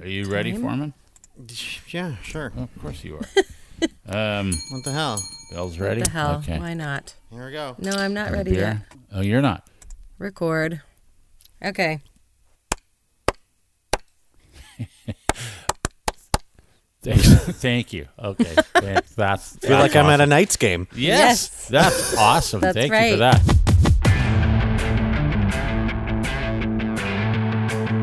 Are you ready, time. Foreman? Yeah, sure. Well, of course you are. um, What the hell? Bell's ready. The hell? Okay. Why not? Here we go. No, I'm not Have a ready yet. beer? Oh, you're not. Record. Okay. Thank, thank you. Okay. Thank- That's. I feel that's like I'm at a awesome. Knights game. Yes. Yes, that's awesome. That's Thank you for right. that.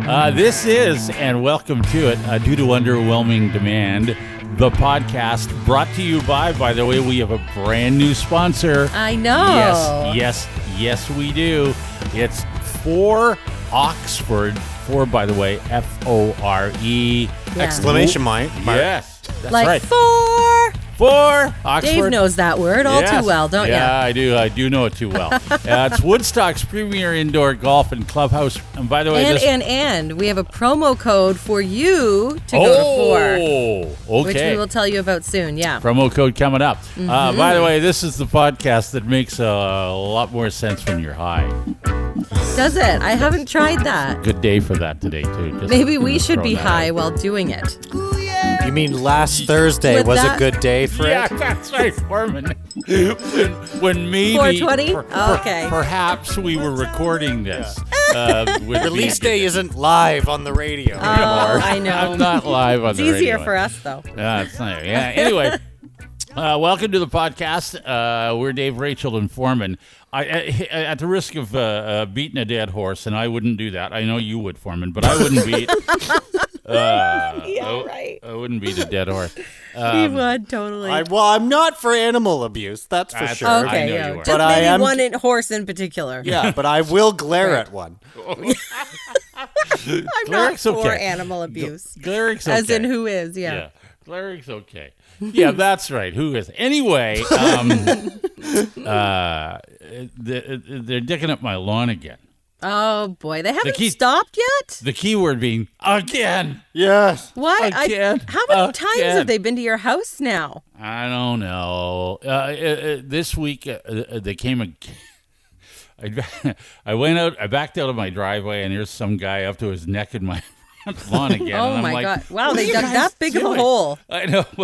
Uh, this is, and welcome to it, uh, due to underwhelming demand, the podcast brought to you by, by the way, we have a brand new sponsor. I know. Oh. Yes, yes, yes, we do. It's for Oxford, for, by the way, F O R E. Yeah. Exclamation point. Yes, that's Like right. four. For Oxford. Dave knows that word all Yes. too well, don't yeah, I do. I do know it too well. uh, it's Woodstock's premier indoor golf and clubhouse. And by the you? way, And this, and and we have a promo code for you to go to four, oh, okay. which we will Mm-hmm. tell you about soon. Yeah. Promo code coming up. Uh, by the way, this is the podcast that makes a lot more sense when you're high. Does it? I haven't tried that. Good day for that today too. Just Maybe we should throwing be that high out. while doing it. You mean last Thursday With was that- a good day for Yeah, it? that's right, Foreman. when, when maybe 420? Oh, Okay. perhaps we were recording this. Uh, would be- Release day isn't live on the radio Oh, I anymore. I'm know. not live on It's the easier radio. for us though. Uh, it's not, yeah. Anyway, uh, welcome to the podcast. Uh, we're Dave, Rachel, and Foreman. I, I, at the risk of uh, uh, beating a dead horse, and I wouldn't do that. I know you would, Foreman, but I wouldn't beat. Uh, I- right. I wouldn't beat a dead horse. Um, he would totally. I, well, I'm not for animal abuse, that's for That's- sure. I okay, know yeah. you are. Just But I maybe am- one in horse in particular. Yeah, but I will glare at one. I'm Cleric's not for okay. animal abuse. Cleric's As in okay. who is, yeah. Yeah. Cleric's okay. Yeah, that's right. Who is anyway? Um, uh, they're, they're dicking up my lawn again. Oh boy, they haven't key- stopped yet? The key word being again. Yes. Why? Again. how many times Again. have they been to your house now? I don't know. Uh, uh, uh, this week uh, uh, they came. ag- I I went out. I backed out of my driveway, and there's some guy up to his neck in my front lawn again. oh and I'm my like, god! Wow, "What are they you dug guys that big of doing?" a hole. I know.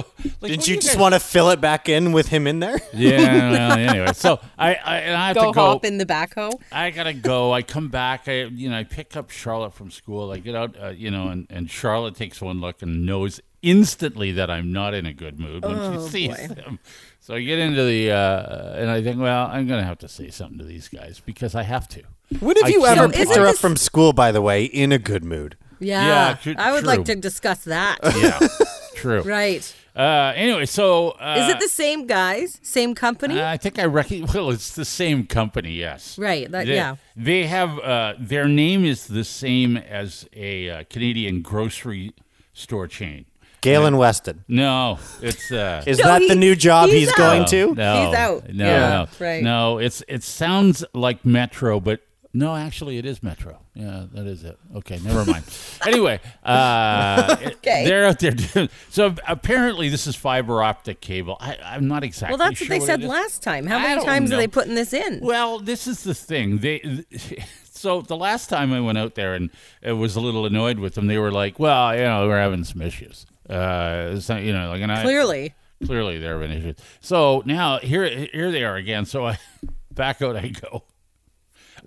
Like, Didn't you just want to fill it back in with him in there? Yeah. Well, anyway, so I I, and I have Go to go. hop in the backhoe. I gotta go. I come back. I you know I pick up Charlotte from school. I get out. Uh, you know, and, and Charlotte takes one look and knows instantly that I'm not in a good mood when Oh, she sees boy. them. So I get into the uh, and I think, well, I'm gonna have to say something to these guys because I have to. When have I you ever can't- picked Isn't her up this- from school, by the way, in a good mood? Yeah, Yeah, tr- I would like to true. discuss that. Yeah, true. right? Uh, anyway, so uh, Is it the same guys, same company? I think I reckon. Well, it's the same company. Yes. Right, that- They- yeah. They have uh, their name is the same as a uh, Canadian grocery store chain. Galen Weston. No, it's uh, Is No, that he- the new job he's he's, going no, out. to? No, He's out. No, Yeah, no, right. No, it's it sounds like Metro, but no, actually, it is Metro. Yeah, that is it. Okay, never mind. anyway, uh, Okay. they're out there. Doing, so apparently, this is fiber optic cable. I, I'm not exactly. well, that's sure what they said it is. last time. How I many don't times know. are they putting this in? Well, this is the thing. They so the last time I went out there and I was a little annoyed with them. They were like, "Well, you know, we're having some issues." Uh, so, you know, like and I Clearly, clearly they're having issues. So now here here they are again. So I back out I go.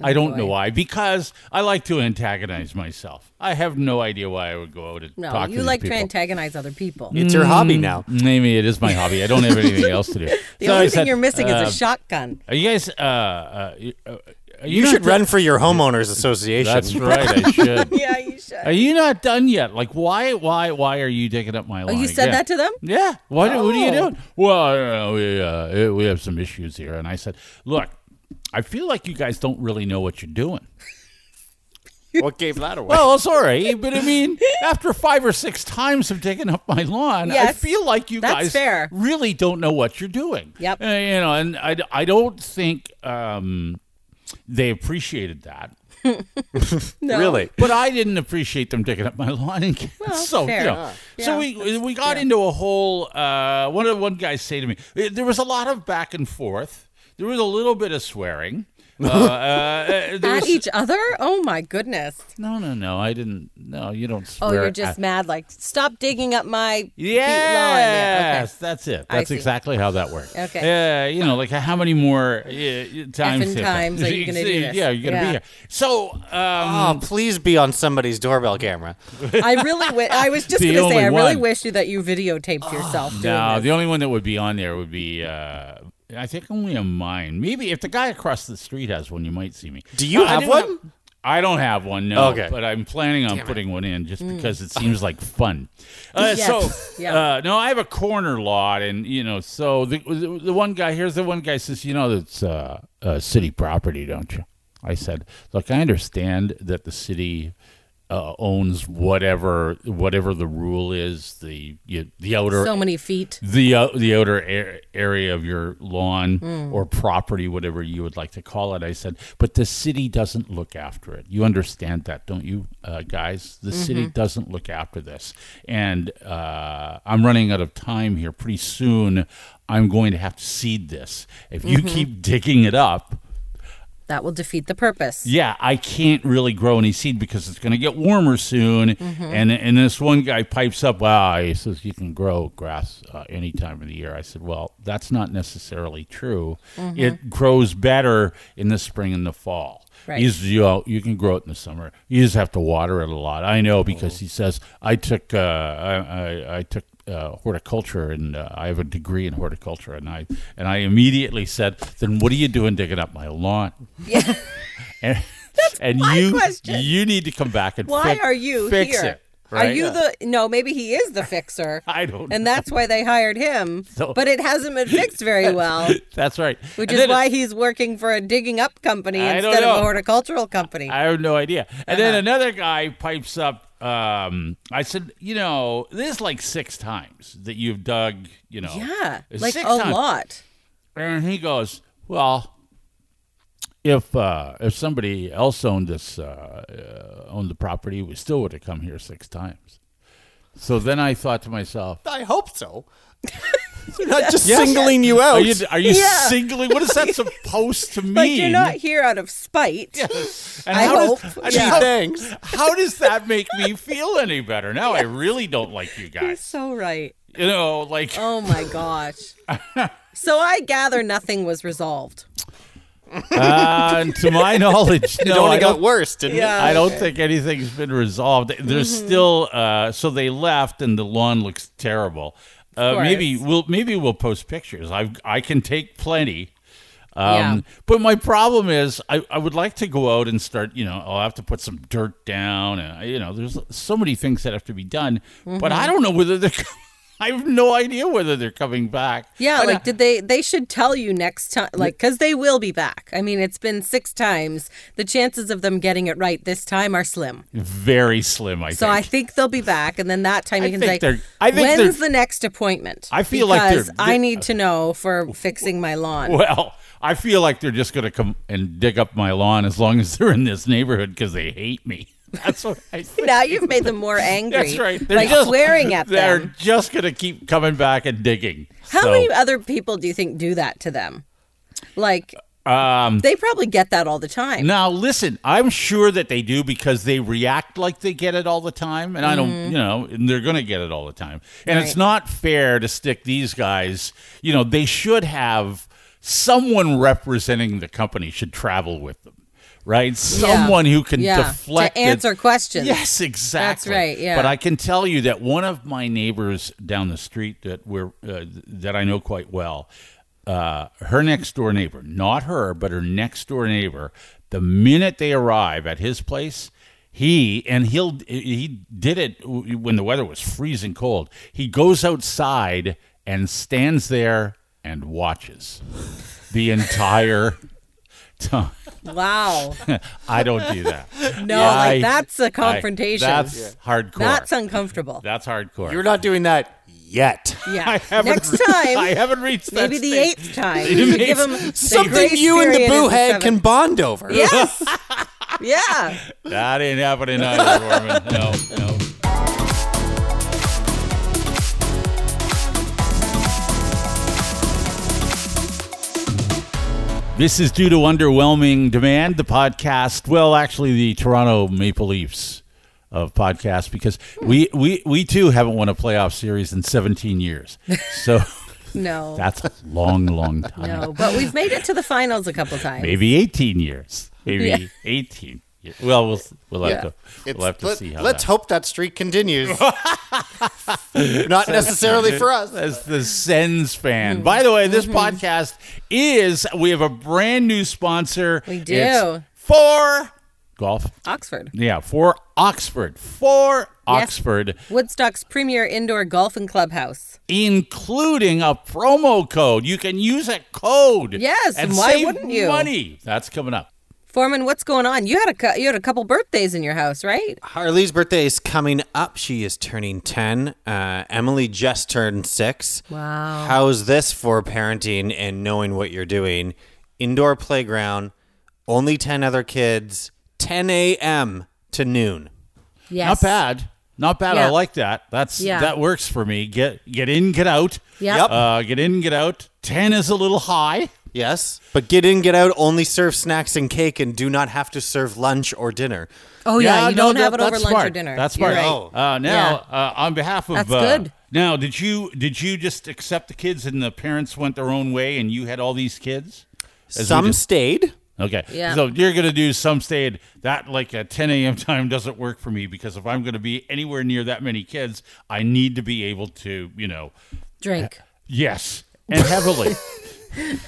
I don't know Oh, boy. why because I like to antagonize myself. I have no idea why I would go out and no. talk to you these like people. Mm, to antagonize other people. It's your hobby now. Maybe it is my hobby. I don't have anything else to do. The So I only thing said, you're missing uh, is a shotgun. Are you guys? Uh, uh, you- uh, are You not should done- run for your homeowners association. That's right. I should. Yeah, you should. Are you not done yet? Like, why, why, why are you digging up my Oh, line? you said again? that to them? Yeah. What, what are you Oh. doing? Well, uh, we, uh, uh, we have some issues here. And I said, look, I feel like you guys don't really know what you're doing. What gave that away? Well, sorry, but I mean, after five or six times of digging up my lawn, I Yes. feel like you That's guys fair. really don't know what you're doing. Yep. Uh, you know, and I, I don't think um, they appreciated that. No. Really? But I didn't appreciate them digging up my lawn. And so, fair. you know, Yeah. so Yeah, we we got into a whole. Uh, one of one guy say to me, eh, there was a lot of back and forth. There was a little bit of swearing. Uh, uh, there At was- each other? Oh my goodness. no, no, no. I didn't. No, you don't swear. Oh, you're at- just mad. Like, stop digging up my Yes, feet that's it. I That's see. exactly how that works. Okay. Yeah, you know, like how many more uh, uh, times? Effing have- times are you gonna do this? Yeah, you're gonna be Yeah. here. So, um, Oh, please be on somebody's doorbell camera. lawn. I really. Wi- I was just The gonna say. only I really one. wish you that you videotaped yourself doing no, this. the only one that would be on there would be, uh, I think, only a mine. Maybe if the guy across the street has one, you might see me. Do you I have do one? I don't have one, no. Okay. Mm. But I'm planning on putting one in just because it seems like fun. Uh, Yes, So, yeah. uh, no, I have a corner lot, and you know, so the the, the one guy here's the one guy says, you know, that's uh, uh, city property, don't you? I said, look, I understand that the city. Uh, owns whatever whatever the rule is the you, the outer So many feet. the uh, the outer air, area of your lawn or property, whatever you would like to call it. I said, but the city doesn't look after it. You understand that, don't you, uh, guys? The city doesn't look after this, and uh, I'm running out of time here. Pretty soon, I'm going to have to seed this. If you keep digging it up, That will defeat the purpose. yeah, I can't really grow any seed because it's going to get warmer soon. And and this one guy pipes up, wow, he says you can grow grass uh, any time of the year. I said, well, that's not necessarily true. It grows better in the spring and the fall. Right. You, just- you, know, you can grow it in the summer. You just have to water it a lot. I know because he says I took uh, I, I, I took uh, horticulture and uh, I have a degree in horticulture and I and I immediately said, then what are you doing digging up my lawn? Yeah. And, and you question. you need to come back and Why fi- are you fix here? it. Right? Are you the no? Maybe he is the fixer. I don't And know. that's why they hired him. So- but it hasn't been fixed very well, That's right. which And is then- why he's working for a digging up company I don't instead of a know. horticultural company. I have no idea. Uh-huh. And then another guy pipes up. Um, I said, you know, this is like six times that you've dug. You know, yeah, like six a times. lot. And he goes, well, if uh, if somebody else owned this uh, uh, owned the property, we still would have come here six times. So then I thought to myself, I hope so. They're not just Yes. singling you out. Are you are you Yeah. singling? What is that supposed to mean? Like you're not here out of spite. And I how hope. Does, I I mean, mean, Yeah. thanks. how does that make me feel any better? Now I really don't like you You're guys. so right. You know, like Oh my gosh. so I gather nothing was resolved. uh, to my knowledge, It no, only I got don't. worse, didn't Yeah. it? I don't think anything's been resolved. There's Mm-hmm. still uh, so they left, and the lawn looks terrible. Uh, course. maybe we'll maybe we'll post pictures. I I can take plenty. Yeah. Um, But my problem is, I, I would like to go out and start, you know, I'll have to put some dirt down. And, I- you know, there's so many things that have to be done. But I Mm-hmm. don't know whether they're, I have no idea whether they're coming back. Yeah, And like did they? They should tell you next time, like because they will be back. I mean, it's been six times. The chances of them getting it right this time are slim. very slim, I So I think. think they'll be back, and then that time you I can think say, they're- I think "When's they're- the next appointment?" I feel like they're- because I need to know for fixing my lawn. well, I feel like they're just going to come and dig up my lawn as long as they're in this neighborhood because they hate me. That's what I think. Now you've made them more angry. That's right. They're like just, swearing at they're them. just going to keep coming back and digging. How So, many other people do you think do that to them? Like Um, they probably get that all the time. Now, listen, I'm sure that they do because they react like they get it all the time. And I don't, you know, and they're going to get it all the time. And it's Mm-hmm. Right. not fair to stick these guys, you know, they should have someone representing the company should travel with them, right? Someone who can Yeah. deflect to it. answer questions. Yes, exactly. right, yeah. But I can tell you that one of my neighbors down the street that we're uh, that I know quite well, uh, her next door neighbor, not her, but her next door neighbor, the minute they arrive at his place. He and he'll he did it w- when the weather was freezing cold. He goes outside and stands there and watches the entire time. Wow. I don't do that. No, I- like that's a confrontation. I- that's hardcore. That's That's, uncomfortable. hardcore. You're not doing that yet. I yeah. haven't Next re- time, I haven't reached that maybe the stage. eighth time, you should give them the Something grace you and the period is boohead can seventh. bond over. Yes. yeah. That ain't happening either, Norman. No, no. This is due to underwhelming demand. The podcast, well, actually, the Toronto Maple Leafs of podcasts, because we we we too haven't won a playoff series in 17 years. So No, that's a long, long time. no, but we've made it to the finals a couple times. Maybe 18 years. Maybe Yeah. 18. Years. Well, we'll we'll have Yeah. to we'll It's- have to let, see how. us that- hope that streak continues. Not necessarily for us. That's the Sens Mm-hmm. fan. By the way, this podcast is we have a brand new sponsor. We do. It's for golf. Oxford. Yeah, for Oxford. For Oxford, Woodstock's premier indoor golf and clubhouse. including a promo code. You can use a code. Yes, and and why save wouldn't you? Money. That's coming up. Foreman, what's going on? You had a cou- you had a couple birthdays in your house, right? Harley's birthday is coming up. She is turning 10. Uh, Emily just turned six. Wow. How's this for parenting and knowing what you're doing? Indoor playground, only 10 other kids, 10 a.m. to noon. Yes. Not bad. Not bad. I Yeah. like that. That's Yeah. that works for me. Get get in, get out. Yep. Yep. Uh, get in, get out. Ten is a little high. Yes. But get in, get out, only serve snacks and cake and do not have to serve lunch or dinner. Oh yeah, you no, don't that- have it over that's lunch or smart. dinner. That's You're smart. right. No. Uh, now, uh, on behalf of That's uh, good. Now, did you did you just accept the kids and the parents went their own way and you had all these kids? As we Some just- stayed. Okay. Yeah. So you're going to do some stay at that like a 10 a.m. time doesn't work for me because if I'm going to be anywhere near that many kids, I need to be able to, you know, Drink. yes, and heavily.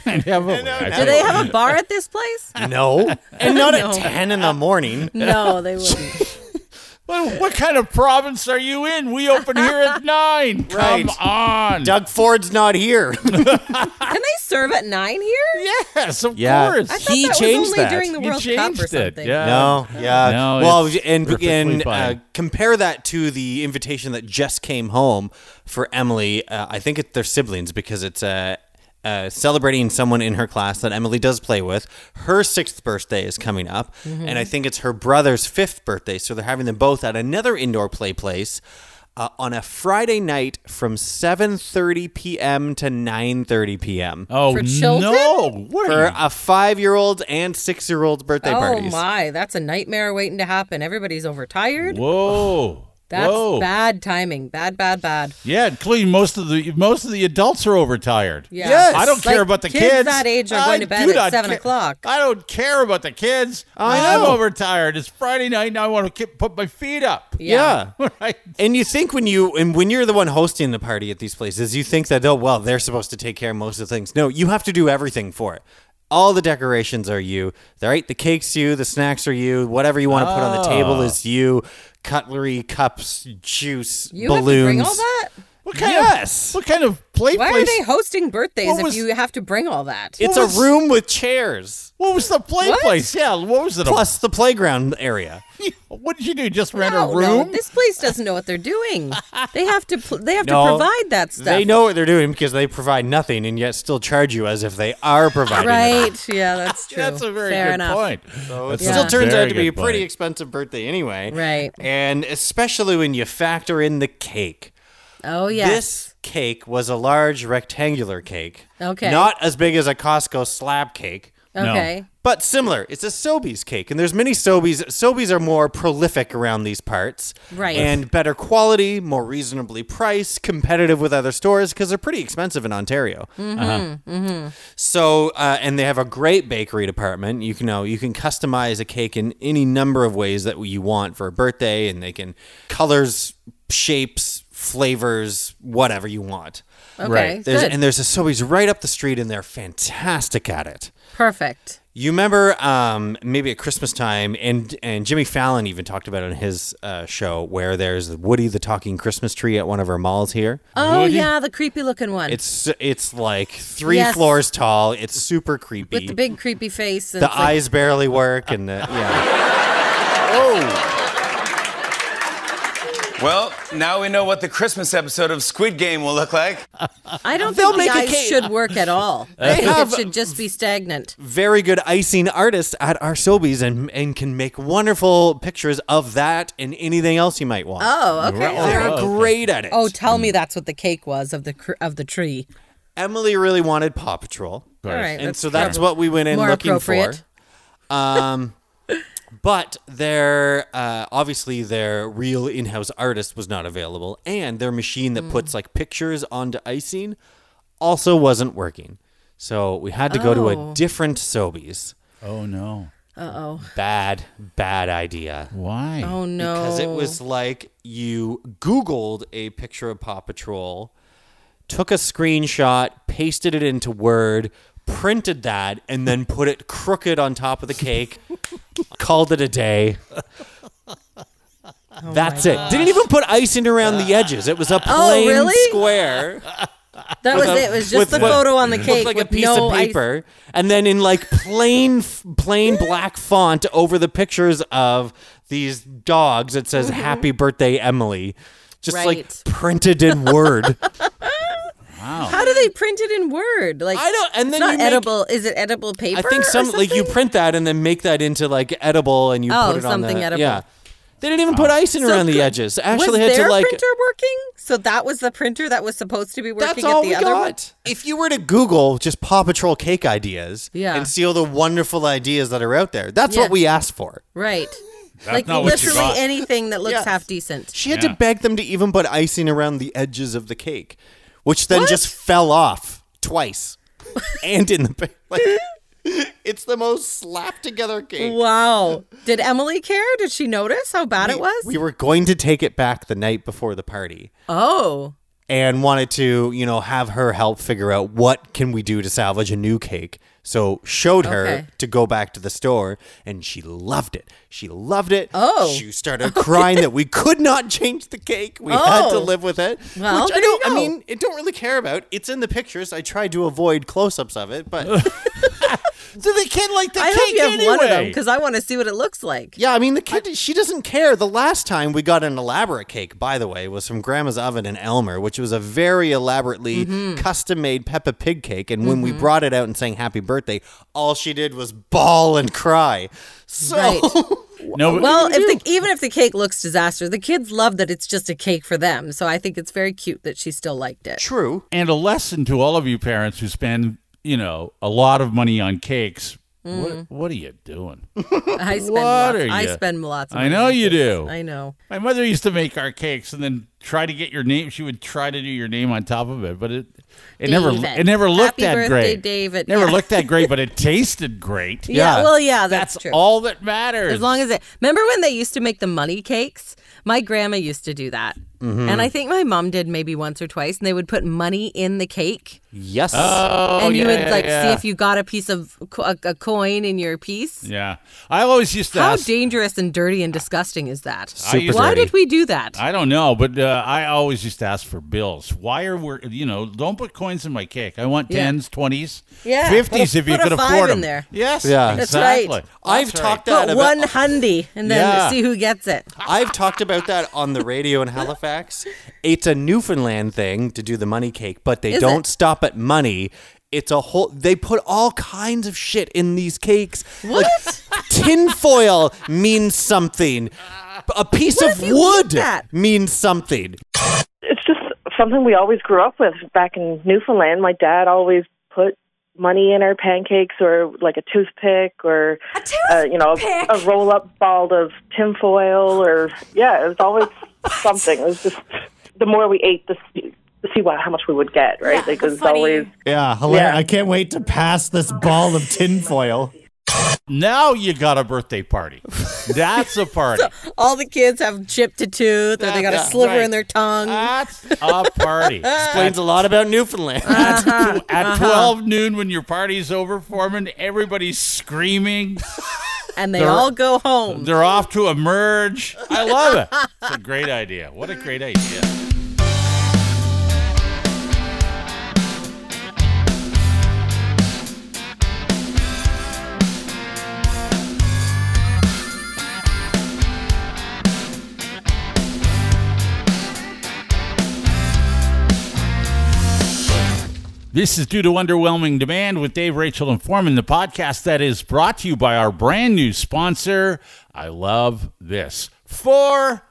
and heavily. I Do think. they have a bar at this place? No. And not No. at 10 in the morning. No, they wouldn't. What, what kind of province are you in? We open here at 9. Right. Come on. Doug Ford's not here. Can they serve at nine here? Yes, of Yeah. course. I thought He that was changed only that. during the He World Cup or changed it, something. yeah. No, yeah. No, well, it's and perfectly and uh, fine. compare that to the invitation that just came home for Emily. Uh, I think it's their siblings because it's uh, uh, celebrating someone in her class that Emily does play with. Her sixth birthday is coming up, Mm-hmm. and I think it's her brother's fifth birthday. So they're having them both at another indoor play place. Uh, on a Friday night from 7:30 p.m. to 9:30 p.m. Oh, For children? no. What are for you- a five-year-old's and six-year-old's birthday Oh parties. my, that's a nightmare waiting to happen. Everybody's overtired. Whoa. That's Whoa. bad timing. Bad, bad, bad. Yeah, including most of the most of the adults are overtired. Yeah. Yes. I don't Like, care about the kids kids. that age are I going to bed do at not 7 care- o'clock. I don't care about the kids. I am overtired. It's Friday night, and I want to keep, put my feet up. yeah. right. And you think when you and when you're the one hosting the party at these places, you think that oh well, they're supposed to take care of most of the things. No, you have to do everything for it. All the decorations are you. Right, the cake's you, the snacks are you, whatever you want to put on Oh. the table is you. Cutlery, cups, juice, You have balloons. to bring all that? What kind Yes. of what kind of play Why are place? they hosting birthdays What if was- you have to bring all that? It's What was- a room with chairs what was the play What? place? Yeah, what was it? plus the playground area. what did you do? Just rent no, a room? no, this place doesn't know what they're doing. they have to. Pl- they have No, to provide that stuff. They know what they're doing because they provide nothing and yet still charge you as if they are providing. it. right? Yeah, that's true. That's a very Fair good enough. point. It That's a still turns very out to be a good pretty point. expensive birthday anyway. Right. And especially when you factor in the cake. Oh yes. This cake was a large rectangular cake. Okay. Not as big as a Costco slab cake. okay. But similar, it's a Sobeys cake, and there's many Sobeys. Sobeys are more prolific around these parts, Right. And better quality, more reasonably priced, competitive with other stores because they're pretty expensive in Ontario. Mm-hmm. So, uh, and they have a great bakery department. You can know you can customize a cake in any number of ways that you want for a birthday, and they can colors, shapes, flavors, whatever you want. Okay. Right. There's, Good. and there's a Sobeys right up the street, and they're fantastic at it. Perfect. You remember um, maybe at Christmas time, and and Jimmy Fallon even talked about it on his uh, show where there's Woody the talking Christmas tree at one of our malls here. Oh yeah, the creepy looking one It's it's like three Yes. floors tall. It's super with creepy. the The, big creepy face. And it's like- eyes barely work, and the yeah. oh, Well, now we know what the Christmas episode of Squid Game will look like. I don't They'll think the make a eyes cake. should work at all. I think have- it should just be stagnant. very good icing artist at our Sobeys, and and can make wonderful pictures of that and anything else you might want. Oh, okay. Oh, They're okay. great at it. Oh, tell me that's what the cake was of the cr- of the tree. Emily really wanted Paw Patrol. course. All right. and that's so that's prob- what we went in more looking for. appropriate. Um, but their uh, obviously their real in-house artist was not available, and their machine Hmm. that puts like pictures onto icing also wasn't working. So we had to go to Oh. a different Sobeys. Oh no. Uh-oh. Bad, bad idea. Why? Oh no. Because it was like you Googled a picture of Paw Patrol, took a screenshot, pasted it into Word, printed that, and then put it crooked on top of the cake, called it a day. Oh That's it. Didn't even put icing around the edges. It was a plain really? square. that was it. It was just the photo on the cake Looked like with a piece no of ice- paper, and then in like plain, f- plain black font over the pictures of these dogs, it says "Happy Birthday, Emily," just Right. like printed in Word. Wow. How do they print it in Word? Like I don't. And It's then not you make, edible. Is it edible paper? I think or some like you something? print that and then make that into like edible, and you Oh, put it on something the edible. yeah. They didn't even put icing So around the could- edges. was Actually, had their to like. printer working? So that was the printer that was supposed to be working That's all at the we other one? got. If you were to Google just Paw Patrol cake ideas Yeah. and see all the wonderful ideas that are out there, that's Yeah. what we asked for. Right. like not what you literally got. anything that looks Yes. half decent. She had Yeah. to beg them to even put icing around the edges of the cake, which then just fell off twice and in the ba- like. It's the most slapped together cake. Wow. Did Emily care? Did she notice how bad it was? We were going to take it back the night before the party oh. and wanted to, you know, have her help figure out what can we do to salvage a new cake. So showed her Okay. to go back to the store and she loved it. She loved it. Oh. She started crying that we could not change the cake. We had to Oh. live with it. Well, which there I you don't I go. mean, it don't really care about. It's in the pictures. I tried to avoid close ups of it, but Do they can like the I hope you have one of them because I want to see what it looks like. yeah, I mean the kid she doesn't care. The last time we got an elaborate cake, by the way, was from Grandma's oven in Elmer, which was a very elaborately custom made Peppa Pig cake, and when we brought it out and sang happy birthday, all she did was bawl and cry. So Right. no, but- Well, if the, even if the cake looks disastrous, the kids love that it's just a cake for them. So I think it's very cute that she still liked it. true. and a lesson to all of you parents who spend, you know, a lot of money on cakes. Mm. What, what are you doing? I spend What lots. are I you? spend lots. Of I money know on you cakes. do. I know. My mother used to make our cakes and then try to get your name. She would try to do your name on top of it, but it it never David. it never looked Happy that birthday, great. David. Never Yeah. looked that great, but it tasted great. Yeah. Well, yeah, that's, true. all that matters. As long as it. Remember when they used to make the money cakes? My grandma used to do that. Mm-hmm. And I think my mom did maybe once or twice, and they would put money in the cake, Yes. oh, and you yeah, would yeah, like see yeah. if you got a piece of co- a, a coin in your piece. Yeah, I always used to How ask. dangerous and dirty and disgusting is that? I used Why to- did we do that? I don't know, but uh, I always used to ask for bills. Why are we, you know, don't put coins in my cake. I want Yeah. tens, twenties, Yeah. fifties Put a- if you put a could five afford in them. there. Yes, Yeah. That's right. exactly. I've That's right. talked that Put about one hundy and then Yeah. see who gets it. I've talked about that on the radio in Halifax. It's a Newfoundland thing to do the money cake, but they Is don't it? stop at money. It's a whole. They put all kinds of shit in these cakes. What? Like, tinfoil means something. A piece What of if you eat wood that? means something. it's just something we always grew up with back in Newfoundland. My dad always put money in our pancakes or like a toothpick or uh, you know a, a roll up ball of tinfoil or yeah, it was always something. It was just the more we ate, the to see what, how much we would get, right? like it was always Yeah, hilarious. Yeah. I can't wait to pass this ball of tinfoil. Now you got a birthday party. That's a party. All the kids have chipped a tooth or they got a That's sliver right. Ah. in their tongue. That's a party. Explains a lot about Newfoundland. At, Uh, tw- at Uh-huh. 12 noon, when your party's over, Foreman, everybody's screaming. and they they're- all go home. They're off to emerge. I love it. It's a great idea. What a great idea. This is due to underwhelming demand with Dave, Rachel, and Foreman, the podcast that is brought to you by our brand new sponsor. I love this. For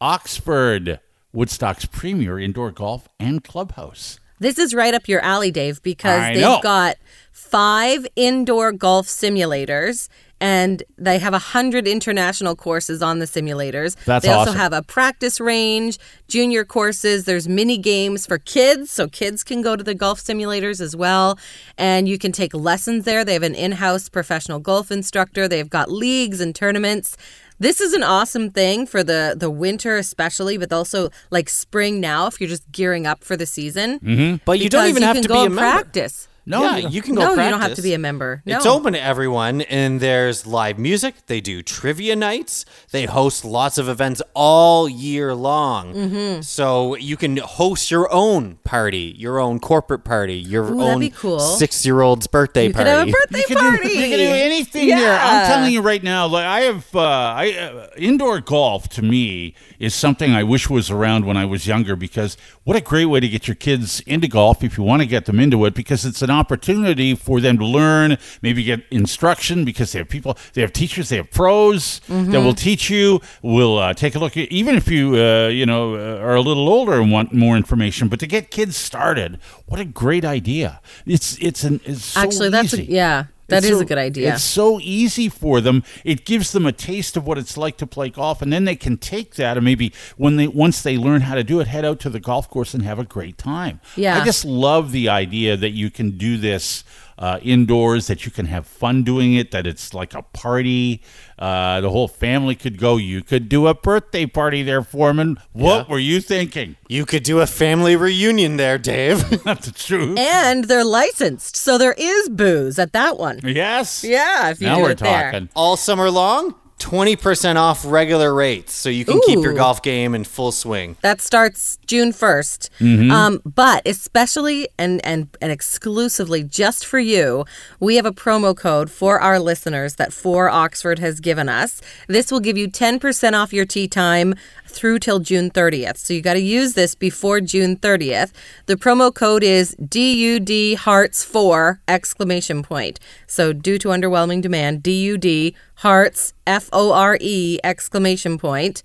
Oxford, Woodstock's premier indoor golf and clubhouse. This is right up your alley, Dave, because I they've know. got five indoor golf simulators and they have a hundred international courses on the simulators. That's they also awesome. have a practice range, junior courses, there's mini games for kids, so kids can go to the golf simulators as well. And you can take lessons there. They have an in-house professional golf instructor. They've got leagues and tournaments. This is an awesome thing for the the winter especially, but also like spring now if you're just gearing up for the season. Mm-hmm. But you don't Because even have can to go be a and member. practice. No, yeah, you can go. no, practice. you don't have to be a member. No. It's open to everyone, and there's live music. They do trivia nights. They host lots of events all year long. Mm-hmm. So you can host your own party, your own corporate party, your Ooh, that'd own be cool. six-year-old's birthday You could party. have a birthday You can, party. Do, you can do anything yeah. here. I'm telling you right now, like I have, uh, I uh, indoor golf to me is something I wish was around when I was younger because what a great way to get your kids into golf if you want to get them into it because it's an opportunity for them to learn, maybe get instruction because they have people, they have teachers, they have pros Mm-hmm. that will teach you. Will uh, take a look, at, even if you, uh, you know, uh, are a little older and want more information. But to get kids started, what a great idea! It's it's an it's so Actually, that's a, easy. yeah, that is It's so- a good idea. It's so easy for them. It gives them a taste of what it's like to play golf, and then they can take that and maybe when they once they learn how to do it, head out to the golf course and have a great time. Yeah. I just love the idea that you can do this uh, indoors, that you can have fun doing it, that it's like a party. Uh, the whole family could go. You could do a birthday party there, Foreman. What were you thinking? you could do a family reunion there, Dave. That's true. and they're licensed, so there is booze at that one. yes. Yeah, if you Now do we're it there. talking. all summer long, twenty percent off regular rates, so you can keep your Ooh. golf game in full swing. That starts June 1st. Um, but especially and, and, and exclusively just for you, we have a promo code for our listeners that 4 Oxford has given us. This will give you 10% off your tea time through till June 30th. So you got to use this before June 30th. The promo code is DUD Hearts 4 exclamation point. So due to underwhelming demand, DUD Hearts F O R E exclamation point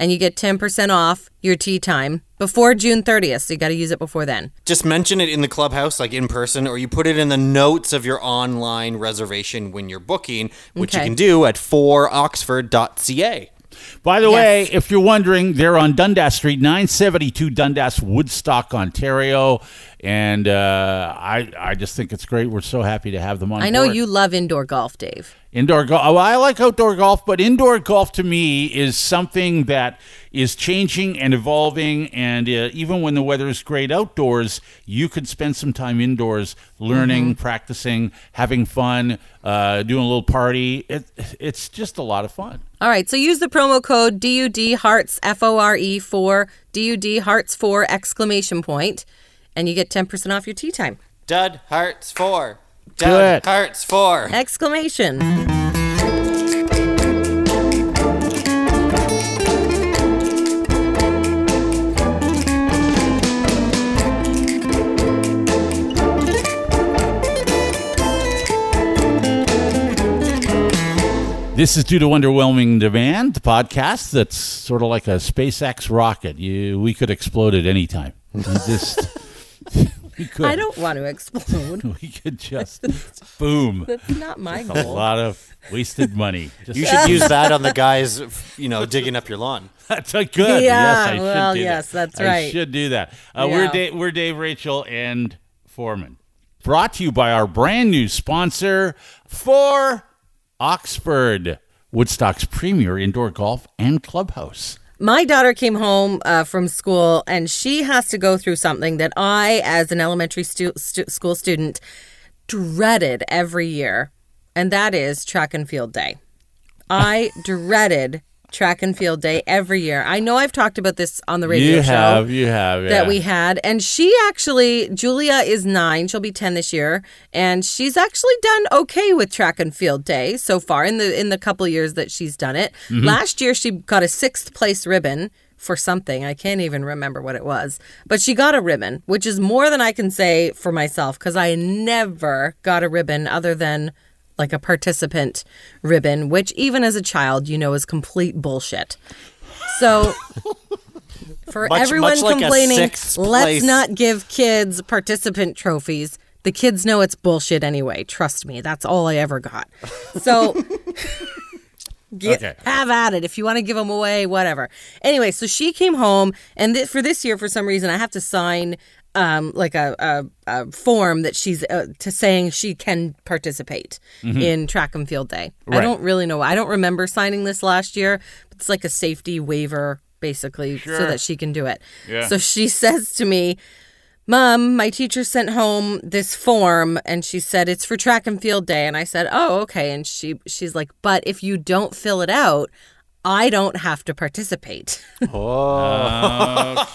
and you get 10% off your tea time before June 30th. So you got to use it before then. Just mention it in the clubhouse, like in person, or you put it in the notes of your online reservation when you're booking, which Okay. you can do at 4oxford.ca. By the way, Yes. if you're wondering, they're on Dundas Street, 972 Dundas, Woodstock, Ontario, and uh, I I just think it's great. We're so happy to have them on. I know board. you love indoor golf, Dave. Indoor golf. Oh, I like outdoor golf, but indoor golf to me is something that is changing and evolving. And uh, even when the weather is great outdoors, you could spend some time indoors, learning, Mm-hmm. practicing, having fun, uh, doing a little party. It, it's just a lot of fun. All right, so use the promo code DUD Hearts F O R E for DUD Hearts 4 exclamation point and you get 10% off your tea time. Dud Hearts 4. Good. Dud Hearts 4. Exclamation. This is due to underwhelming demand. The podcast that's sort of like a SpaceX rocket. You, we could explode at any time. We just, we could. I don't want to explode. We could just boom. That's not my A goal. lot of wasted money. Just You should use that on the guys, you know, digging up your lawn. that's a good. Yeah, yes, I should well, do that. yes, that's I right. should do that. Uh, Yeah. We're Dave, we're Dave, Rachel, and Foreman. Brought to you by our brand new sponsor for Oxford, Woodstock's premier indoor golf and clubhouse. My daughter came home uh, from school and she has to go through something that I, as an elementary stu- stu- school student, dreaded every year, and that is track and field day. I dreaded track and field day every year. I know I've talked about this on the radio You show have, you have, yeah. that we had. And she actually, Julia is nine. She'll be ten this year, and she's actually done okay with track and field day so far in the in the couple of years that she's done it. Last year, she got a sixth place ribbon for something I can't even remember what it was, but she got a ribbon, which is more than I can say for myself because I never got a ribbon other than. Like a participant ribbon, which even as a child, you know, is complete bullshit. So For Much- everyone much like a complaining, sixth let's place- not give kids participant trophies. The kids know it's bullshit anyway. Trust me, that's all I ever got. So get, Okay. have at it. If you want to give them away, whatever. Anyway, so she came home, and thi- for this year, for some reason, I have to sign um, like a, a, a form that she's uh, to saying she can participate in track and field day. I Right. don't really know. I don't remember signing this last year. But it's like a safety waiver, basically, so that she can do it. So she says to me, Mom, my teacher sent home this form and she said it's for track and field day and I said, "Oh, okay." And she she's like, "But if you don't fill it out, I don't have to participate."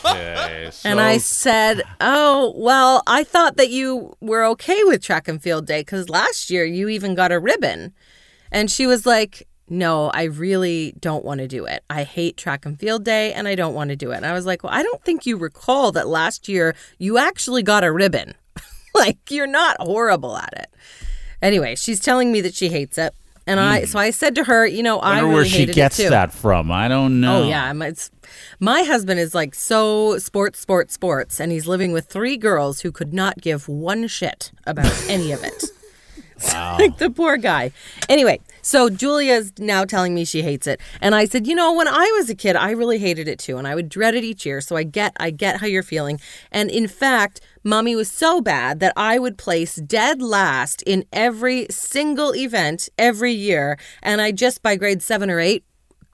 Okay. So, and I said, "Oh, well, I thought that you were okay with track and field day cuz last year you even got a ribbon." And she was like, "No, I really don't want to do it. I hate track and field day and I don't want to do it." And I was like, "Well, I don't think you recall that last year you actually got a ribbon." like you're not horrible at it. Anyway, she's telling me that she hates it. And I so I said to her, "You know, I, Hmm. wonder really where she hated it gets too." that from. I don't know. Oh yeah, I'm- it's my husband is like so sports, sports, sports, and he's living with three girls who could not give one shit about any of it. like the poor guy. Anyway, so Julia's now telling me she hates it, and I said, you know, when I was a kid, I really hated it too, and I would dread it each year. So I get, I get how you're feeling, and in fact, mommy was so bad that I would place dead last in every single event every year, and I just by grade seven or eight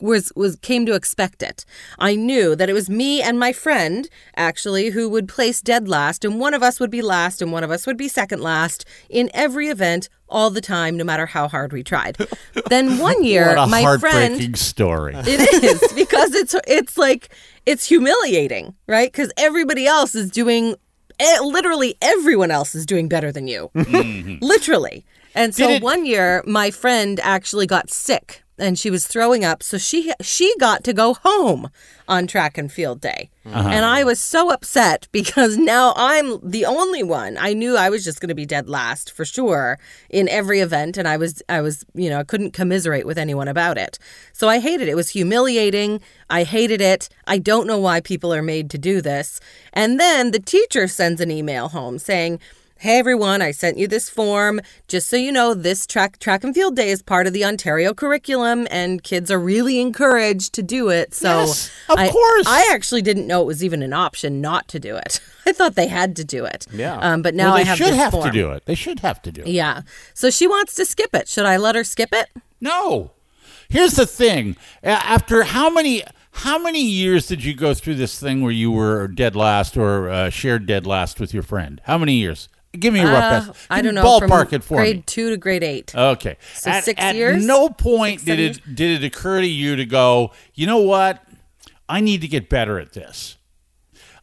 was was came to expect it. I knew that it was me and my friend actually who would place dead last and one of us would be last and one of us would be second last in every event all the time no matter how hard we tried. then one year What a my heartbreaking friend story. it is because it's it's like it's humiliating, right? Because everybody else is doing, eh, literally everyone else is doing better than you, literally. And so one year, my friend actually got sick and she was throwing up, so she she got to go home on track and field day, and I was so upset because now I'm the only one. I knew I was just going to be dead last for sure in every event, and I was I was you know I couldn't commiserate with anyone about it. So I hated it. It was humiliating. I hated it. I don't know why people are made to do this. And then the teacher sends an email home saying, Hey everyone, I sent you this form. Just so you know, this track track and field day is part of the Ontario curriculum and kids are really encouraged to do it. So Yes, of I- course. I actually didn't know it was even an option not to do it. I thought they had to do it. Yeah. Um, but now Well, I they have should this have to form. do it. They should have to do it. Yeah. So she wants to skip it. Should I let her skip it? No. Here's the thing. A- After how many how many years did you go through this thing where you were dead last or uh, shared dead last with your friend? How many years? Give me a rough Uh, estimate. I don't know. from Ballpark it for grade me. two to grade eight. Okay. So at, six at years? no point Six, did seven it did it occur to you to go, you know what? I need to get better at this.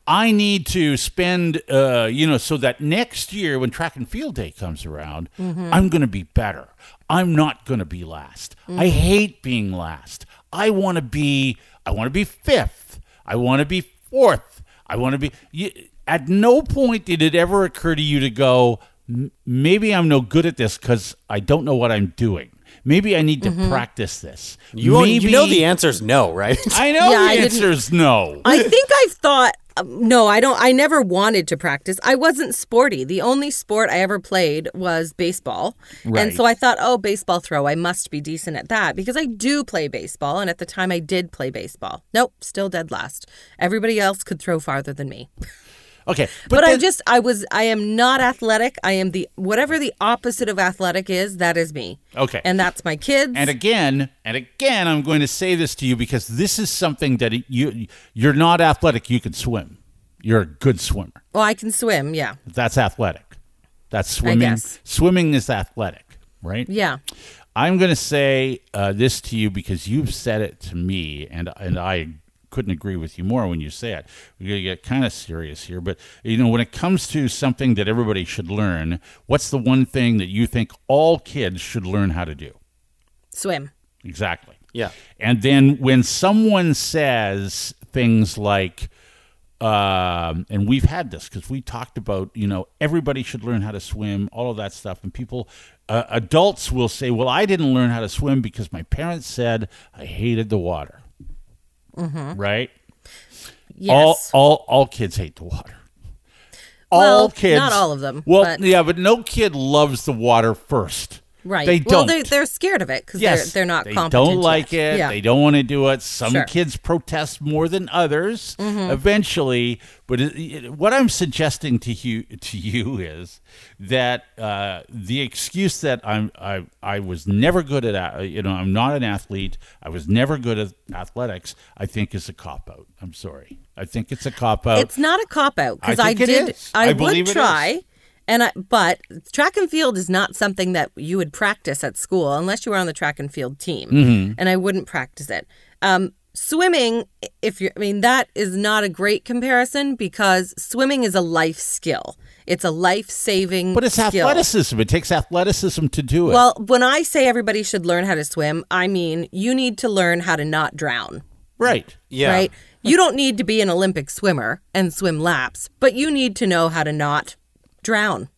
I need to spend, uh, you know, so that next year when track and field day comes around, Mm-hmm. I'm going to be better. I'm not going to be last. Mm-hmm. I hate being last. I want to be. I want to be fifth. I want to be fourth. I want to be. You, at no point did it ever occur to you to go. "M- Maybe I'm no good at this because I don't know what I'm doing. Maybe I need to Mm-hmm. practice this. You, won't- Maybe, you know the answer's no, right? I know Yeah, the I didn't- answer's no. I think I've thought. um, No, I don't. I never wanted to practice. I wasn't sporty. The only sport I ever played was baseball. Right. And so I thought, oh, baseball throw. I must be decent at that because I do play baseball. And at the time, I did play baseball. Nope, still dead last. Everybody else could throw farther than me. Okay, But, I then- just, I was, I am not athletic. I am the, whatever the opposite of athletic is, that is me. Okay. And that's my kids. And again, and again, I'm going to say this to you because this is something that you you're not athletic. You can swim. You're a good swimmer. well, I can swim. Yeah. That's athletic. That's swimming. guess. Swimming is athletic, right? Yeah. I'm going to say uh, this to you because you've said it to me, and and I couldn't agree with you more when you say it. We're going to get kind of serious here, but you know, when it comes to something that everybody should learn, what's the one thing that you think all kids should learn how to do? Swim. Exactly. Yeah. And then when someone says things like, um, and we've had this because we talked about, you know, everybody should learn how to swim, all of that stuff. And people, uh, adults will say, well, I didn't learn how to swim because my parents said I hated the water. Right? Mm-hmm. Yes. All all all kids hate the water. Well, all kids, not all of them, Well, but- yeah, but no kid loves the water first. right. They Well, don't. they're, they're scared of it because yes, they're, they're not They competent. don't like yet. it. Yeah. They don't want to do it. Some Sure. Mm-hmm. kids protest more than others. Eventually, but it, it- what I'm suggesting to you to you is that uh, the excuse that I'm I I was never good at a- you know I'm not an athlete. I was never good at athletics. I think is a cop out. I'm sorry. I think it's a cop out. It's not a cop out because I I, think it did. is. I I, believe would it is. try, and I, but track and field is not something that you would practice at school unless you were on the track and field team, Mm-hmm. and I wouldn't practice it. Um, swimming, if you, are I mean, that is not a great comparison because swimming is a life skill. It's a life saving. but it's athleticism. It takes athleticism to do it. Well, when I say everybody should learn how to swim, I mean you need to learn how to not drown right. Yeah. right? You don't need to be an Olympic swimmer and swim laps, but you need to know how to not drown.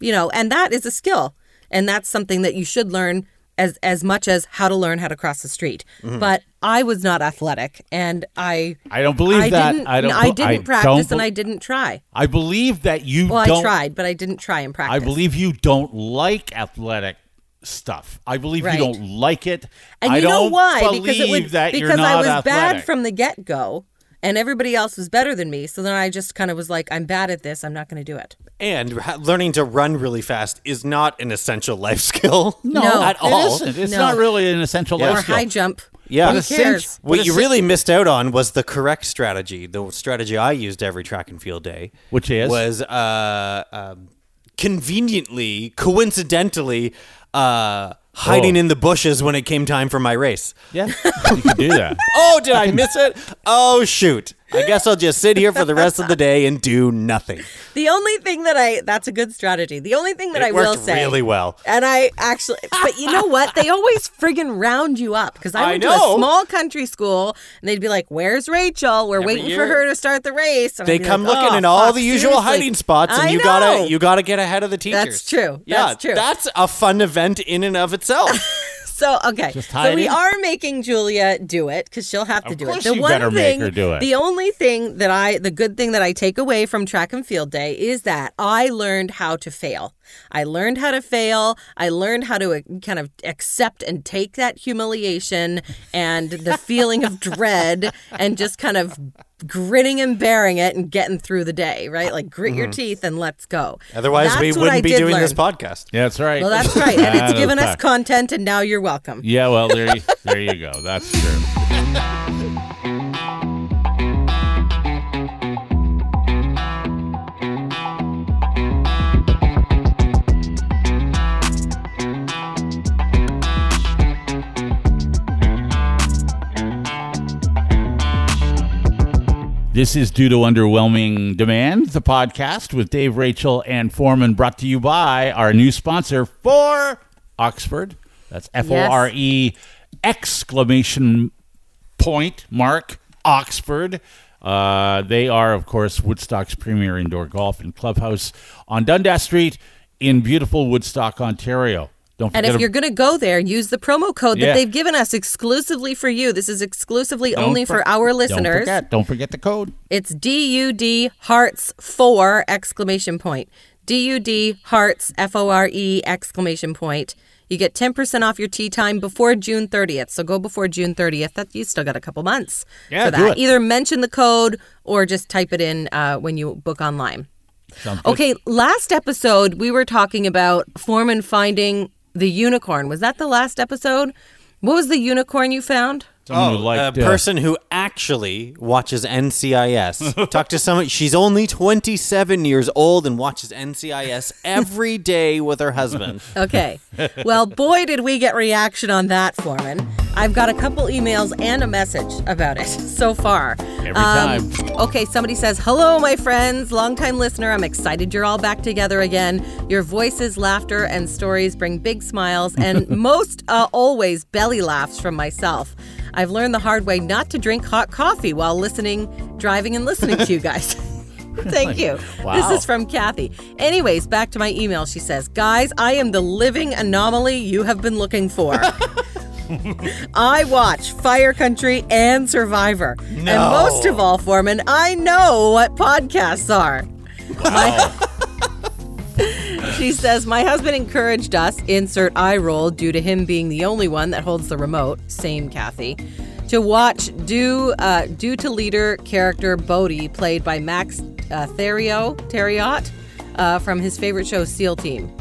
You know, and that is a skill. And that's something that you should learn as as much as how to learn how to cross the street. But I was not athletic and I Mm-hmm. I don't believe I that. didn't I don't. I bel- didn't don't practice bel- and I didn't try. I believe that you Well, don't. I tried, but I didn't try and practice. I believe you don't like athletic stuff. I believe you Right. don't like it. And I you don't know why? believe Because it would that because you're not I was athletic. bad from the get go, and everybody else was better than me. So then I just kind of was like, I'm bad at this. I'm not going to do it. And ha- learning to run really fast is not an essential life skill. no, No. at at all. all. It isn't. It's No. not really an essential or life skill. high jump. Yeah. who But essential- cares? What you really missed out on was the correct strategy. The strategy I used every track and field day, Which is? was uh, um, conveniently, coincidentally, uh, hiding Oh. in the bushes when it came time for my race. Yeah, you can do that. Oh, did I miss it? Oh shoot! I guess I'll just sit here for the rest of the day and do nothing. The only thing that I that's a good strategy. The only thing that I It worked will say really well. And I actually, but you know what? They always friggin' round you up because I I went to a know. small country school, and they'd be like, "Where's Rachel? We're waiting for year. her to start the race." And I'd They be come like, looking "Oh, in all fuck, the usual seriously." hiding spots, and I you know. gotta you gotta get ahead of the teachers. That's true. Yeah, That's true. That's a fun event in and of itself. So okay, so hide we it. are making Julia do it because she'll have to Of do course it. The you one better make thing, her do it. the only thing that I, the good thing that I take away from track and field day is that I learned how to fail. I learned how to fail. I learned how to uh, kind of accept and take that humiliation and the feeling of dread and just kind of gritting and bearing it and getting through the day. Right, like grit your Mm-hmm. teeth and let's go. Otherwise, we That's what I wouldn't be did doing this learn. podcast. Yeah, that's right. Well, that's right, and That it's is given us fact. content, and now you're welcome. Yeah, well, there you, there you go. That's true. This is Due to Underwhelming Demand, the podcast with Dave, Rachel, and Foreman, brought to you by our new sponsor for Oxford. That's F O R E exclamation point mark Oxford. Uh, they are, of course, Woodstock's premier indoor golf and clubhouse on Dundas Street in beautiful Woodstock, Ontario. Don't forget And if ab- you're going to go there, use the promo code Yeah. that they've given us exclusively for you. This is exclusively don't only for, for- our Don't listeners. forget, don't forget the code. It's D U D Hearts 4 exclamation point. D U D Hearts F O R E exclamation point. You get 10% off your tea time before June 30th. So go before June 30th. That you still got a couple months Yeah, for do that. it. Either mention the code or just type it in uh, when you book online. Sounds good. Okay, last episode we were talking about Foreman finding the unicorn. Was that the last episode? What was the unicorn you found? Someone who liked, a uh, person who actually watches NCIS. Talk to someone. She's only 27 years old and watches NCIS every day with her husband. Okay. well, boy, did we get reaction on that, Foreman. I've got a couple emails and a message about it so far. Every time. Okay, somebody says, Hello, my friends, longtime listener. I'm excited you're all back together again. Your voices, laughter, and stories bring big smiles and most uh, always belly laughs from myself. I've learned the hard way not to drink hot coffee while listening, driving, and listening to you guys. Thank you. Wow. This is from Kathy. Anyways, back to my email. She says, Guys, I am the living anomaly you have been looking for. I watch Fire Country and Survivor. And most of all, Foreman, I know what podcasts are. My- she says, My husband encouraged us, insert eye roll, due to him being the only one that holds the remote, same Kathy, to watch due, uh, due to leader character Bodhi, played by Max uh, Theriot, Theriot uh, from his favorite show, SEAL Team.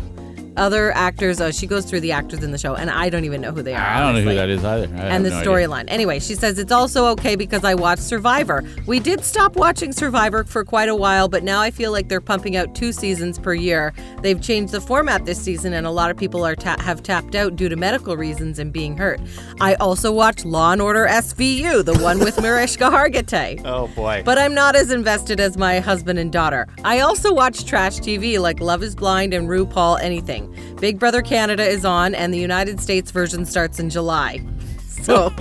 Other actors, uh, she goes through the actors in the show, and I don't even know who they are. I don't know who honestly that is either. I have and the no idea. storyline. Anyway, she says it's also okay because I watched Survivor. We did stop watching Survivor for quite a while, but now I feel like they're pumping out two seasons per year. They've changed the format this season, and a lot of people are ta- have tapped out due to medical reasons and being hurt. I also watched Law and Order SVU, the one with Mariska Hargitay. Oh boy. But I'm not as invested as my husband and daughter. I also watch trash TV like Love is Blind and RuPaul Anything. Big Brother Canada is on, and the United States version starts in July. So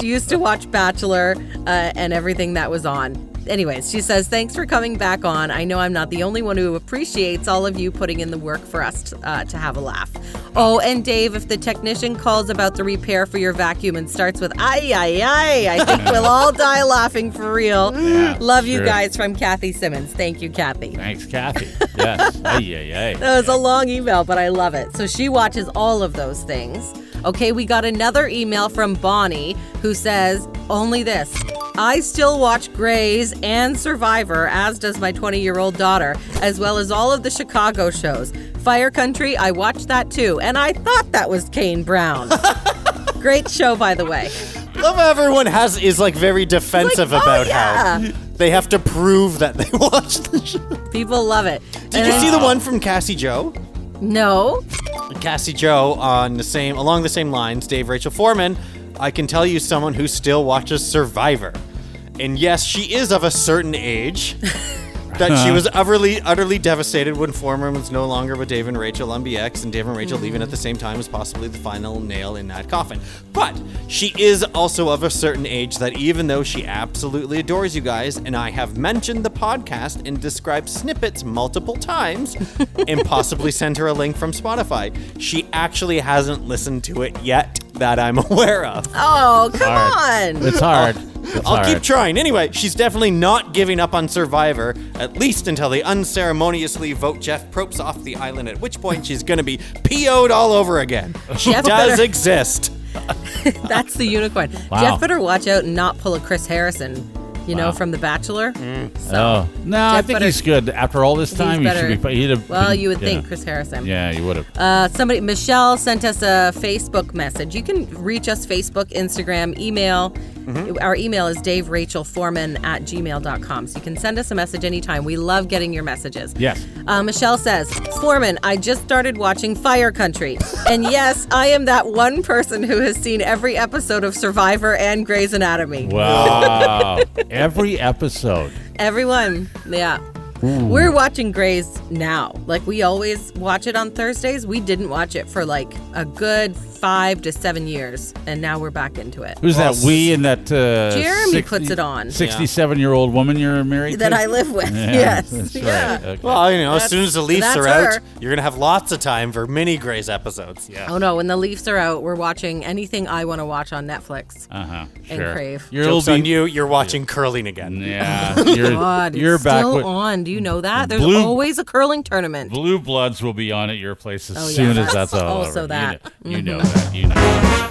she used to watch Bachelor uh, and everything that was on. Anyways, she says, Thanks for coming back on. I know I'm not the only one who appreciates all of you putting in the work for us uh, to have a laugh. Oh, and Dave, if the technician calls about the repair for your vacuum and starts with, Ay, ay, ay, I think we'll all die laughing for real. Love you sure. guys from Kathy Simmons. Thank you, Kathy. Thanks, Kathy. Yes. Ay, ay, ay. That was a long email, but I love it. So she watches all of those things. Okay, we got another email from Bonnie who says, Only this. I still watch Grays and Survivor, as does my 20 year old daughter, as well as all of the Chicago shows. Fire Country, I watched that too, and I thought that was Kane Brown. Great show, by the way. Love how everyone has is like very defensive Like, oh, about yeah. how they have to prove that they watched the show. People love it. Did you see the one from Cassie Joe? No. Cassie Joe on the same along the same lines, Dave Rachel Foreman. I can tell you someone who still watches Survivor. And yes, she is of a certain age. that she was utterly utterly devastated when Foreman was no longer with Dave and Rachel on BX and Dave and Rachel leaving at the same time was possibly the final nail in that coffin. But she is also of a certain age that even though she absolutely adores you guys and I have mentioned the podcast and described snippets multiple times and possibly sent her a link from Spotify, she actually hasn't listened to it yet that I'm aware of. Oh, come Hard. on. It's hard. It's I'll hard. keep trying. Anyway, she's definitely not giving up on Survivor, at least until they unceremoniously vote Jeff Probst off the island, at which point she's going to be PO'd all over again. She Jeff does better- exist. That's the unicorn. Wow. Jeff better watch out and not pull a Chris Harrison, you know, from The Bachelor. Oh no, I Jeff think better- he's good. After all this time, he better- should be. fi- He'd have, Well, you would yeah. think Chris Harrison. Yeah, you would have. Uh, somebody, Michelle sent us a Facebook message. You can reach us Facebook, Instagram, email. Mm-hmm. Our email is daverachelforeman at gmail.com. So you can send us a message anytime. We love getting your messages. yes. Uh, Michelle says, Foreman, I just started watching Fire Country. And yes, I am that one person who has seen every episode of Survivor and Grey's Anatomy. Wow. Every episode. Everyone, yeah. We're watching Grays now. Like we always watch it on Thursdays. We didn't watch it for like a good five to seven years, and now we're back into it. Who's that? We and that. Uh, Jeremy puts it on. Sixty-seven-year-old woman you're married That to. I live with. Yeah, yes. That's right. yeah. Okay. Well, you know, as soon as the Leafs that's are out, her. you're going to have lots of time for mini Grey's episodes. Yeah. Oh no, when the Leafs are out, we're watching anything I want to watch on Netflix. uh huh. and Sure. Crave. Oh, You're Jokes old on you, you're watching curling again. Yeah. You're, God, you're it's back still with. on. Do you know that? There's Blue- always a curling tournament. Blue Bloods will be on at your place as Oh, yeah, soon as that's that's all also over. that. Mm-hmm. You know, you know that. You know.